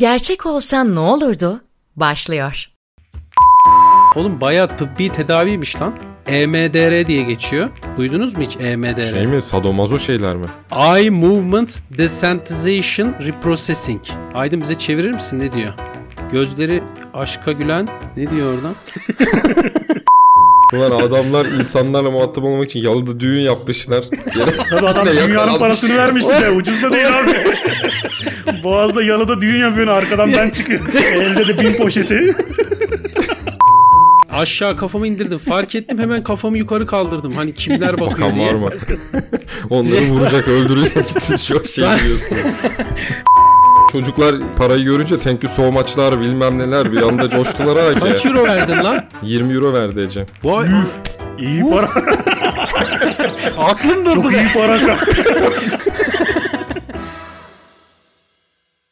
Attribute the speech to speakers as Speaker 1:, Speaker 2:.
Speaker 1: Gerçek olsan ne olurdu? Başlıyor.
Speaker 2: Oğlum bayağı tıbbi tedaviymiş lan. E EMDR diye geçiyor. Duydunuz mu hiç E EMDR?
Speaker 3: Şey mi? Sadomazo şeyler mi?
Speaker 2: Eye Movement Desensitization Reprocessing. Aydın bize çevirir misin ne diyor? Gözleri aşka gülen ne diyor oradan?
Speaker 3: Ulan adamlar insanlarla muhatap olmak için yalıda düğün yapmışlar. Yere-
Speaker 4: Tabii adam
Speaker 3: Yine
Speaker 4: dünyanın
Speaker 3: yakalanmış.
Speaker 4: parasını vermişti de ucuz da değil abi. Boğaz'da yalıda düğün yapıyorsun arkadan ben çıkıyorum. Elde de bin poşeti.
Speaker 2: Aşağı kafamı indirdim fark ettim hemen kafamı yukarı kaldırdım. Hani kimler bakıyor
Speaker 3: Bakan
Speaker 2: diye.
Speaker 3: var mı? Onları vuracak öldürecek siz çok şey diyorsun. Çocuklar parayı görünce thank you so much'lar bilmem neler bir anda coştular ha Ece.
Speaker 2: Kaç euro verdin lan?
Speaker 3: 20 euro verdi Ece.
Speaker 2: Vay
Speaker 4: İyi para.
Speaker 2: aklım durdu.
Speaker 4: Çok iyi para.